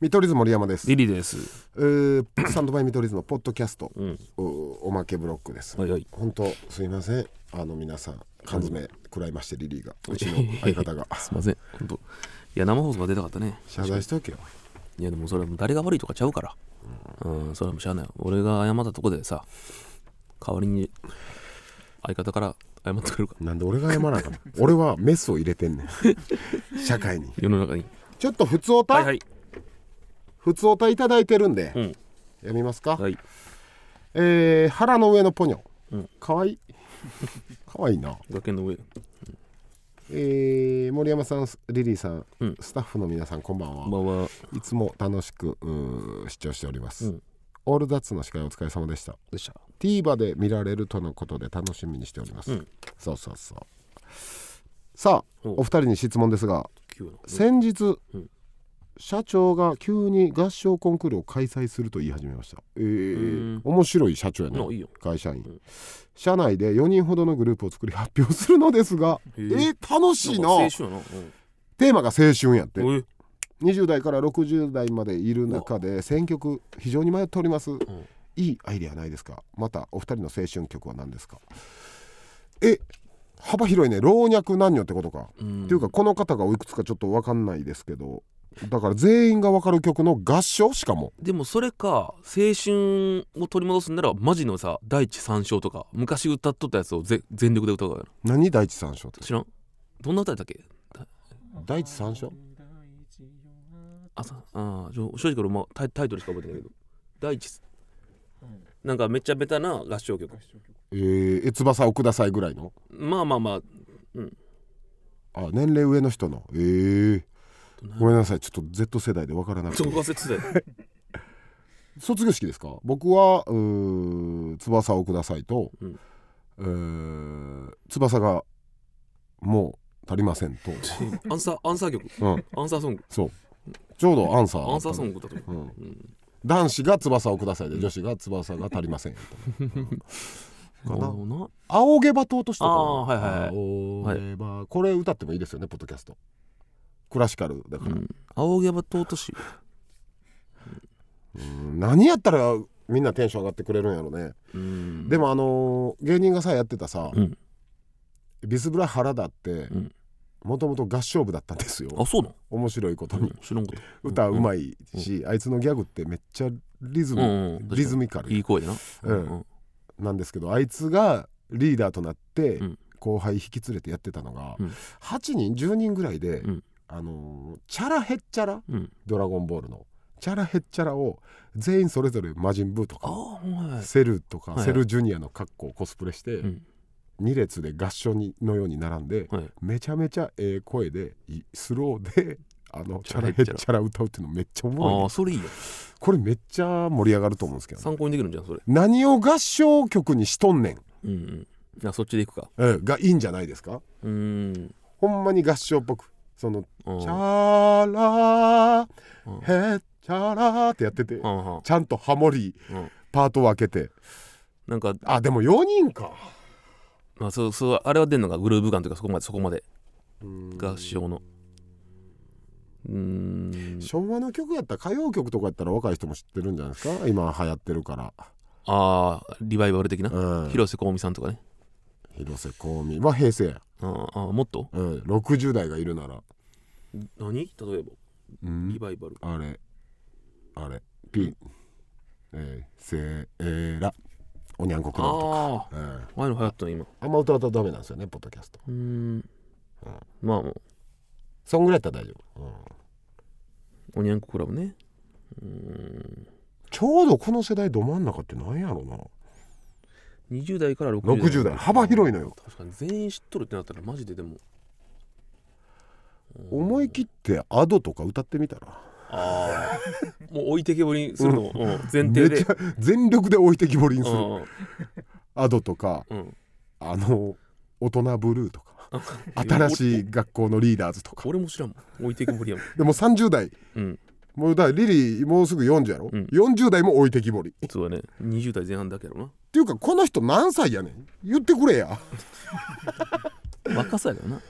見取り図森山です。リリーです。えー、 サンドバイ見取り図のポッドキャスト、うん。おおまけブロックです。はいはい。本当すいません。あの皆さん缶詰食らいましてリリーがうちの相方 がすいません。本当。いや、生放送が出たかったね。謝罪しとけよ。いや、でもそれはもう誰が悪いとかちゃうから。うん、それはもうしゃあない。俺が謝ったとこでさ、代わりに相方から謝ってくれるか。なんで俺が謝らなあかんの 俺はメスを入れてんねん。 社会に。世の中に。ちょっと普通おた、はいはい。普通おたいただいてるんで、うん。読みますか。はい。えー、腹の上のポニョ。うんかわいい。 かわいいな。崖の上。えー、森山さん、リリーさん、うんスタッフの皆さん、こんばんはこん。ばんは。いつも楽しくうー視聴しております、うんオールダッツの司会お疲れ様でしたでした。 TVer で見られるとのことで楽しみにしております、うんそうそうそうさあおお二人に質問ですが急の。先日、うん社長が急に合唱コンクールを開催すると言い始めましたえーーん、面白い社長やねあいいよ会社員、うん社内で4人ほどのグループを作り発表するのですがええー、楽しいな青春やな。テーマが青春やってうん。おい。 20代から60代までいる中で選曲非常に迷っております、いいアイデアないですかまたお二人の青春曲は何ですかえ幅広いね老若男女ってことか、うん。っていうか、この方がおいくつかちょっと分かんないですけどだから全員が分かる曲の合唱しかもでもそれか、青春を取り戻すんなら、マジのさ、第一三章とか、昔歌っとったやつをぜ全力で歌うからな。何第一三章って知らんどんな歌やったっけ第一三章あさあーちょ正直俺もタイタイトルしか覚えてないけど第一なんかめっちゃベタな合唱曲えー、え翼をくださいぐらいのまあまあまああ年齢上の人のえー、ごめんなさいちょっと Z 世代で分からなくそてこ忘れてたよ卒業式ですか僕はうー翼をくださいと、うんえー翼がもう足りませんと、 アンサーアンサー曲うん、アンサーソングそうちょうどアンサーアンサーソングだと思うんう、うん男子が翼をくださいで女子が翼が足りませんかなおな青毛バト落としたかなああはいはいはい青毛バ、これ歌ってもいいですよねポッドキャストクラシカルだかうら、ん、青毛羽と落としうん何やったらみんなテンション上がってくれるんやろね、うんでもあのー芸人がさやってたさ、うんビスブラ原田ってうんもともと合唱部だったんですよあそうなん面白いことに、知らんこと歌うまいし、あいつのギャグってめっちゃリズム、うんうんリズミカルいい声やなうんうんなんですけどあいつがリーダーとなって、うん後輩引き連れてやってたのが、うん8人10人ぐらいで、うんあのーチャラヘッチャラうんドラゴンボールのチャラヘッチャラを全員それぞれ魔人ブーとあかあほんまやセルとか、はいセルジュニアの格好をコスプレして、うん2列で合唱にのように並んで、はいめちゃめちゃええ声でいスローであのチチャラャヘラヘッッチチャラャラ歌うっていうのめっちゃおもろいあねあそれいいやこれめっちゃ盛り上がると思うんですけどね、参考にできるんじゃんそれ何を合唱曲にしとんねん、うんうんいやそっちでいくかうんがいいんじゃないですかうんほんまに合唱っぽくその「うんチャラうんヘッチャラ」ってやっててうんうんちゃんとハモリうんパートを分けてなんか、あでも4人かまあ、そうそうあれは出んのがグルーヴ感というかそこまでそこまでうん合唱のうーん昭和の曲やったら歌謡曲とかやったら若い人も知ってるんじゃないですか今流行ってるから、ああリバイバル的なうん、広瀬香美さんとかね広瀬香美は平成や、あーあーもっとうん、60代がいるなら、何例えばうリん、バイバルあれあれピえー、せーらおにゃんこくろああうとか、うん、前の流行ったの今あんま歌うとダメなんですよねポッドキャストうーんまあもうそんぐらいやったら大丈夫、うんおにゃんこクラブねちょうどこの世代ど真ん中ってなんやろうな20代から60 60代幅広いのよ確かに全員知っとるってなったらマジででも思い切ってアドとか歌ってみたらああ もう置いてけぼりにするのをうん前め提っでちゃ全力で置いてきぼりにするうんアドとかうんあの大人ブルーと か新しい学校のリーダーズとか俺も知らんもん置いてけぼりやもんでも30代うんもうだからリリーもうすぐ40やろ、うん40代も置いてきぼりっそうだね20代前半だけどなていうかこの人何歳やねん言ってくれや若さやからな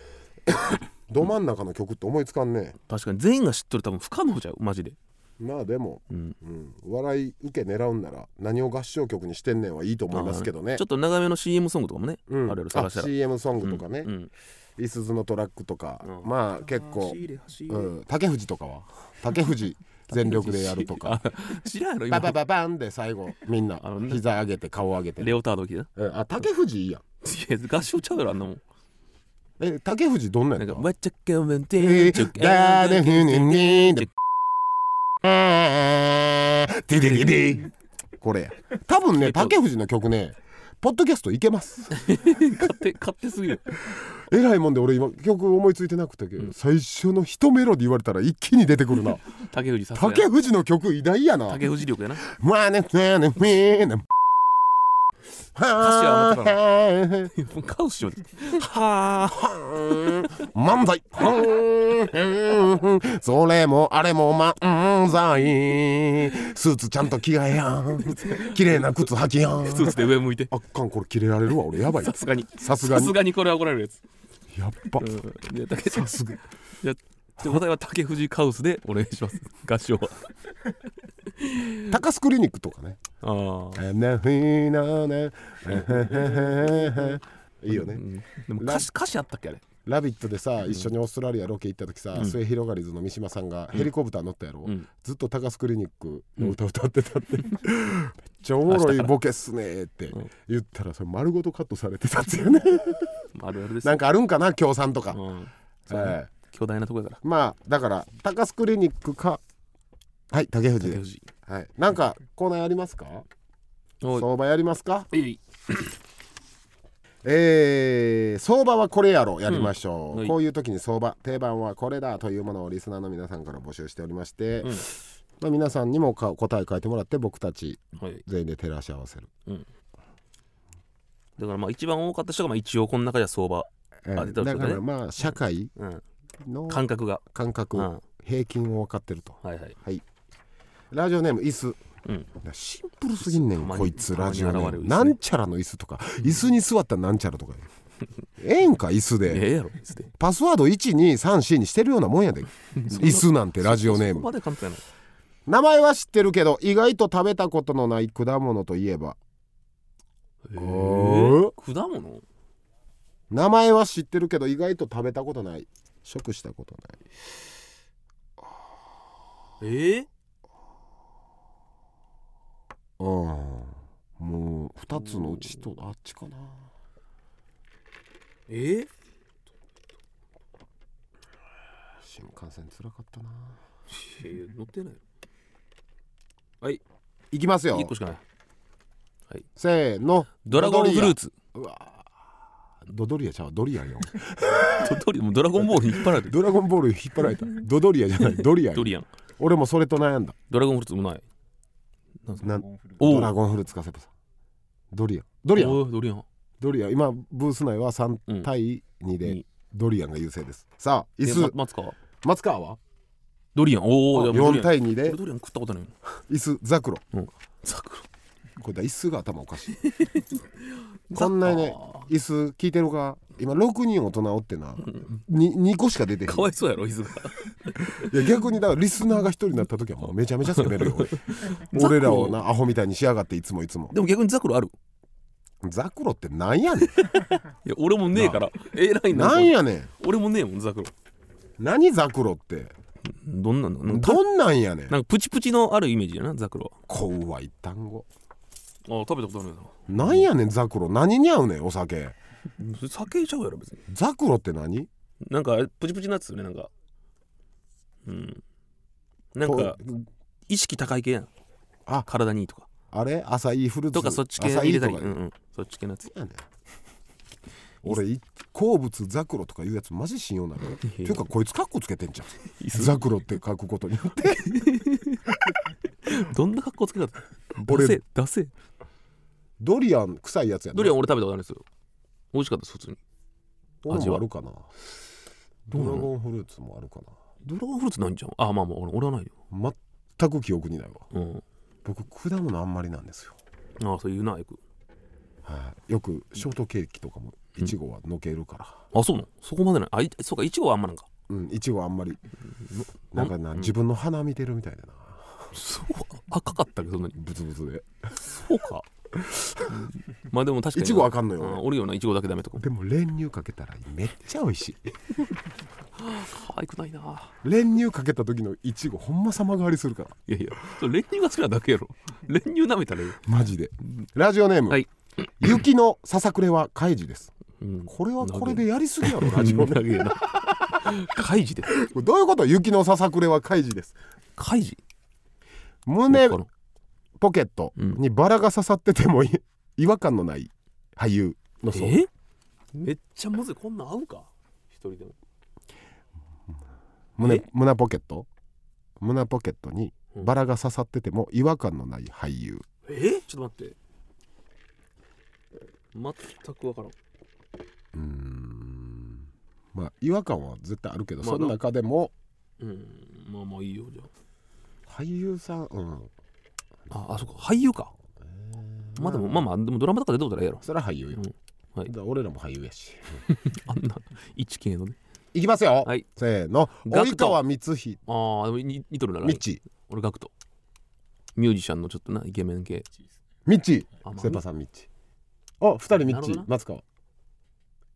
ど真ん中の曲って思いつかんね確かに全員が知っとる多分不可能じゃんマジでうまあでも、うんうん、笑い受け狙うんなら何を合唱曲にしてんねんはいいと思いますけどねちょっと長めの CM ソングとかもね、うん、あるいろ探したら CM ソングとかね、うんいすゞのトラックとか、うんまあ結構、うん、竹藤とかは竹藤全力でやるとかあ知らんやろバ今バババンで最後みんなあのね膝上げて顔上げて、レオタード着てなうんあ竹藤いいやんいや合唱ちゃうやろあんなもんえ竹藤どんなんなやっんたか「わっちゃかわんてえんちょーだねふににんであーディディディディこれ多分ね竹藤の曲ねポッドキャストいけ ます勝手勝手すぎるえらいもんで俺今曲思いついてなくて、最初の一メロディ言われたら一気に出て くるな竹藤さすがや竹藤の曲偉大やな竹藤力や なまあねねねねねはまたはもうカオスしようはあ漫才それもあれも漫才スーツちゃんと着替えやん綺麗な靴履きやんスーツで上向いてあっかんこれ切れられるわ俺やばいさすがにさすがさにすがにこれは怒られるやつやっぱうんいや竹さすがいやじゃあ答えは竹藤カオスでお願いします 合唱は高須クリニックとかねああいいよねでも歌詞歌詞あったっけあれ「ラビット!」でさ一緒にオーストラリアロケ行った時さ末広がりずの三島さんがヘリコプター乗ったやろうんずっと高須クリニックの歌歌ってたってめっちゃおもろいボケっすねーって言ったらそれ丸ごとカットされてたって いうねあるあるですなんかあるんかな協賛とかうんええ巨大なとこやからまあだから高須クリニックかはい竹藤竹で藤はいなんかコーナーやりますかおい相場やりますかいいえー相場はこれやろやりましょう、うんはいこういう時に相場定番はこれだというものをリスナーの皆さんから募集しておりまして、うんまあ、皆さんにもか答え書いてもらって僕たちはい全員で照らし合わせる、だからまあ一番多かった人がまあ一応この中では相場、えーあ出てますだよねからまあ社会うん、の感覚が、感う覚、ん、は平均を分かってるといはい、ラジオネーム椅子うん、シンプルすぎんねんまにこいつたまラにジオネ現ーれる椅ムな子ねんちゃらの椅子とか椅子に座ったらなんちゃらとか ええんか椅子でええやろ別にパスワード1234にしてるようなもんやで椅子なんてラジオネーそこムまで簡単や名前は知ってるけど意外と食べたことのない果物といえばな、えおー、果物名前は知ってるけど意外と食べたことない食したことないえー、うんもう2つのうちとあっちかなえー、新幹線つらかったなえー、乗ってないいきますよ一個しかないせーのドラゴンフルーツドドリアうわードドリアちゃうわドリアよドドリもうドラゴンボールに引っ張られてるドラゴンボール引っ張られたドドリアじゃないドリアよドリアン俺もそれと悩んだドラゴンフルーツもないなんおドうラゴンフルーツかセパさんドリアンドリアンおうドリアンドリアン今ブース内は3対2で、うんドリアンが優勢ですさあ椅でま子松川松川はドリアンおお4対2俺でドリアン食ったことないの椅子ザクロザクロこれだ椅子が頭おかしい こんなにね椅子聞いてるか今6人大人おってなに 2, 個しか出てへんかわいそうやろ伊豆がいや逆にだからリスナーが1人になった時はもうめちゃめちゃ攻める よ俺俺らをなアホみたいにしやがっていつもいつもでも逆にザクロあるザクロってなんや ねいや俺もねえから A ライんンなんやねん俺もねえもんザクロ何ザクロってどんなんだなんかどんなんやねんなんかプチプチのあるイメージやなザクロ怖い単語はあ食べたことあるやなんやねんザクロ何に合うねんお酒なそれ酒ちゃうやろ別にザクロって何なんかプチプチなやつよねなんかうんなんかと意識高い系やんあ体にいいとかあれアサイーフルーツとかそっち系アサ入イーれたりとうかんうんそっち系のやつやねん俺い好物ザクロとかいうやつマジ信用ない よていうかこいつカッコつけてんじゃんザクロって書くことによってどんな格好つけたの俺ダセダセドリアン臭いやつやねドリアン俺食べたことあるんですよ美味しかったです普通に俺味もはあるかなどドうラなのゴンフルーツもあるかドラゴンフルーツないんじゃんあまあまあ俺俺はないよな全く記憶にないわうん僕果物あんまりなんですよああそう言うなよくはいよくショートケーキとかもいちごはのけるからあそうなのそこまでないあいそうかいちごはあんまなんかうんいちごあんまりなんかな自分の鼻見てるみたいだなそう赤かったっけどそんなにブツブツでそうかまあでも確かにいちごあかんのようおるよないちごだけダメとかでも練乳かけたらめっちゃ美味しい可愛くないな練乳かけた時のいちごほんま様変わりするからいやいやそれ練乳が好きなだけやろ 練乳舐めたらいい、マジでラジオネーム、はい雪のささくれは開示ですうん、これはこれでやりすぎやろラジオネーム長えな開示でこれどういうこと雪のささくれは開示です開示胸わかポケットにバラが刺さっててもい違和感のない俳優のらんそうえめっちゃむずいこんなん合うか一人でも胸え胸ポケット胸ポケットにバラが刺さってても違和感のない俳優えちょっと待って全くわからんうーんまあ違和感は絶対あるけど、まあその中でもうんまあまあいいよじゃ俳優さんうんあああそこ俳優かまあでもまあまあでもドラマとか出てことないやろ それは俳優よ、うんはいだから俺らも俳優やしあんな一系のねいきますよ、はいせーのガ及クト川光秀ああでも似似とるならミッチ俺ガクトミュージシャンのちょっとなイケメン系ミッチあまあセパさんミッチあ二人ミッなるほチどな松川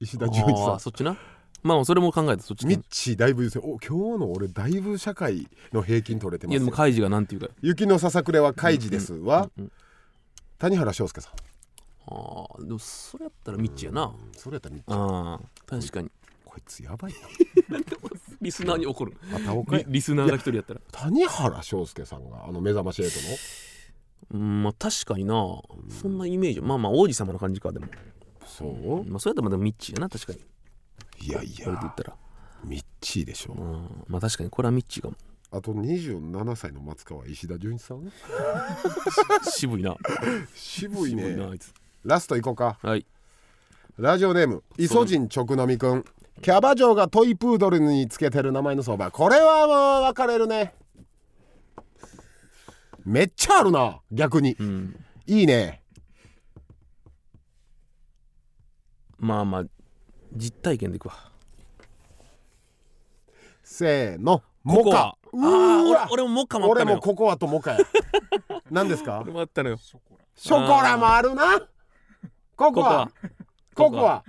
石田純一あさあそっちなまあそれも考えてそっちんかミッチだいぶ言うてお今日の俺だいぶ社会の平均取れてまいすやでもよ開示がなんていうか雪のささくれは開示ですは、うんうん谷原章介さんああでもそれやったらミッチやなそれやったらミッチああ確かにこいつやばいリスナーに怒るな片岡リやリスナーが一人やったら谷原章介さんがあの目覚まし8のうんまあ確かになそんなイメージまあまあ王子様の感じかでもそうまあそれやったらまあでもミッチやな確かにいやいこれで言やったらミッチーでしょうんまあ確かにこれはミッチー かもあと27歳の松川石田純一さん渋いな渋いね渋いなあいつラスト行こうかはいラジオネームイソジン直飲みくんキャバ嬢がトイプードルにつけてる名前の相場これはもう分かれるねめっちゃあるな逆にうんいいねまあまあ実体験でいくわせーのモカここはあうーーわ俺俺もモカもあっ俺たのもよココアとモカや何ですか俺もあったのよショコラもあるなココアコココアコア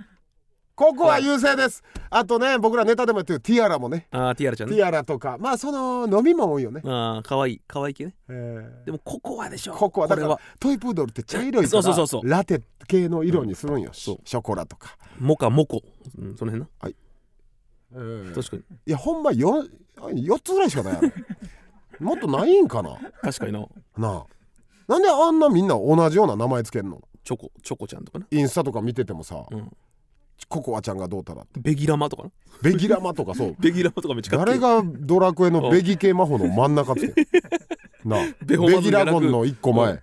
ココア優勢ですあとね僕らネタでも言ってるティアラもねああティアラちゃんテねィアラとかまあその飲みも多いよね、ああ可愛い可愛い系ねえーでもココアでしょココアこだれからはトイプードルって茶色いからそうそうそうそうラテ系の色にするんよ、シそうョコラとか、モカモコうんその辺ない確かにやほんま 4, 四つぐらいしかないやろもっとないんかな確かにななあなんであんなみんな同じような名前つけんのチョコチョコちゃんとかなインスタとか見ててもさ、うんココアちゃんがどうたらってベギラマとかなベギラマとかそうベギラマとかめっちゃかっ誰けがドラクエのベギ系魔法の真ん中つ けなあベベホマズミギじゃラなゴくンの一個前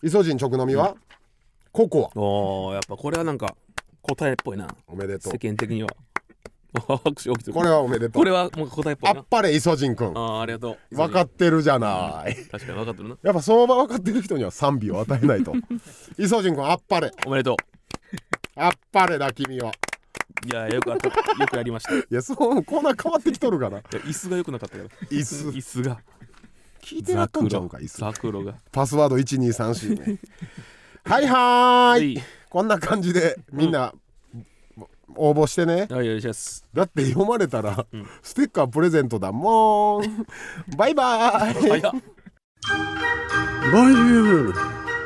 イソジン直飲みは、ココアおーやっぱこれはなんか答えっぽいなおめでとう世間的には 拍手起きてるこれはおめでとうこれはもう答えっぽあいなっぱれイソジンくんああーありがとう分かってるじゃない確かに分かってるなやっぱ相場分かってる人には賛美を与え ないとイソジンくんあっぱれおめでとあっぱれだ君はういやよくあったよくやりましたいいやそうコーナー変わってきとるからや椅子が良くなかったから椅 子椅子が聞いてなザっとんクちゃうロか椅子ザクロがパスワード1234、ね、はいはーいいこんな感じでみんな、応募してねはいよろしいですだって読まれたら、ステッカープレゼントだもんバイバイ早っボンジュール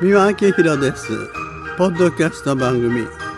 三輪明宏ですポッドキャスト番組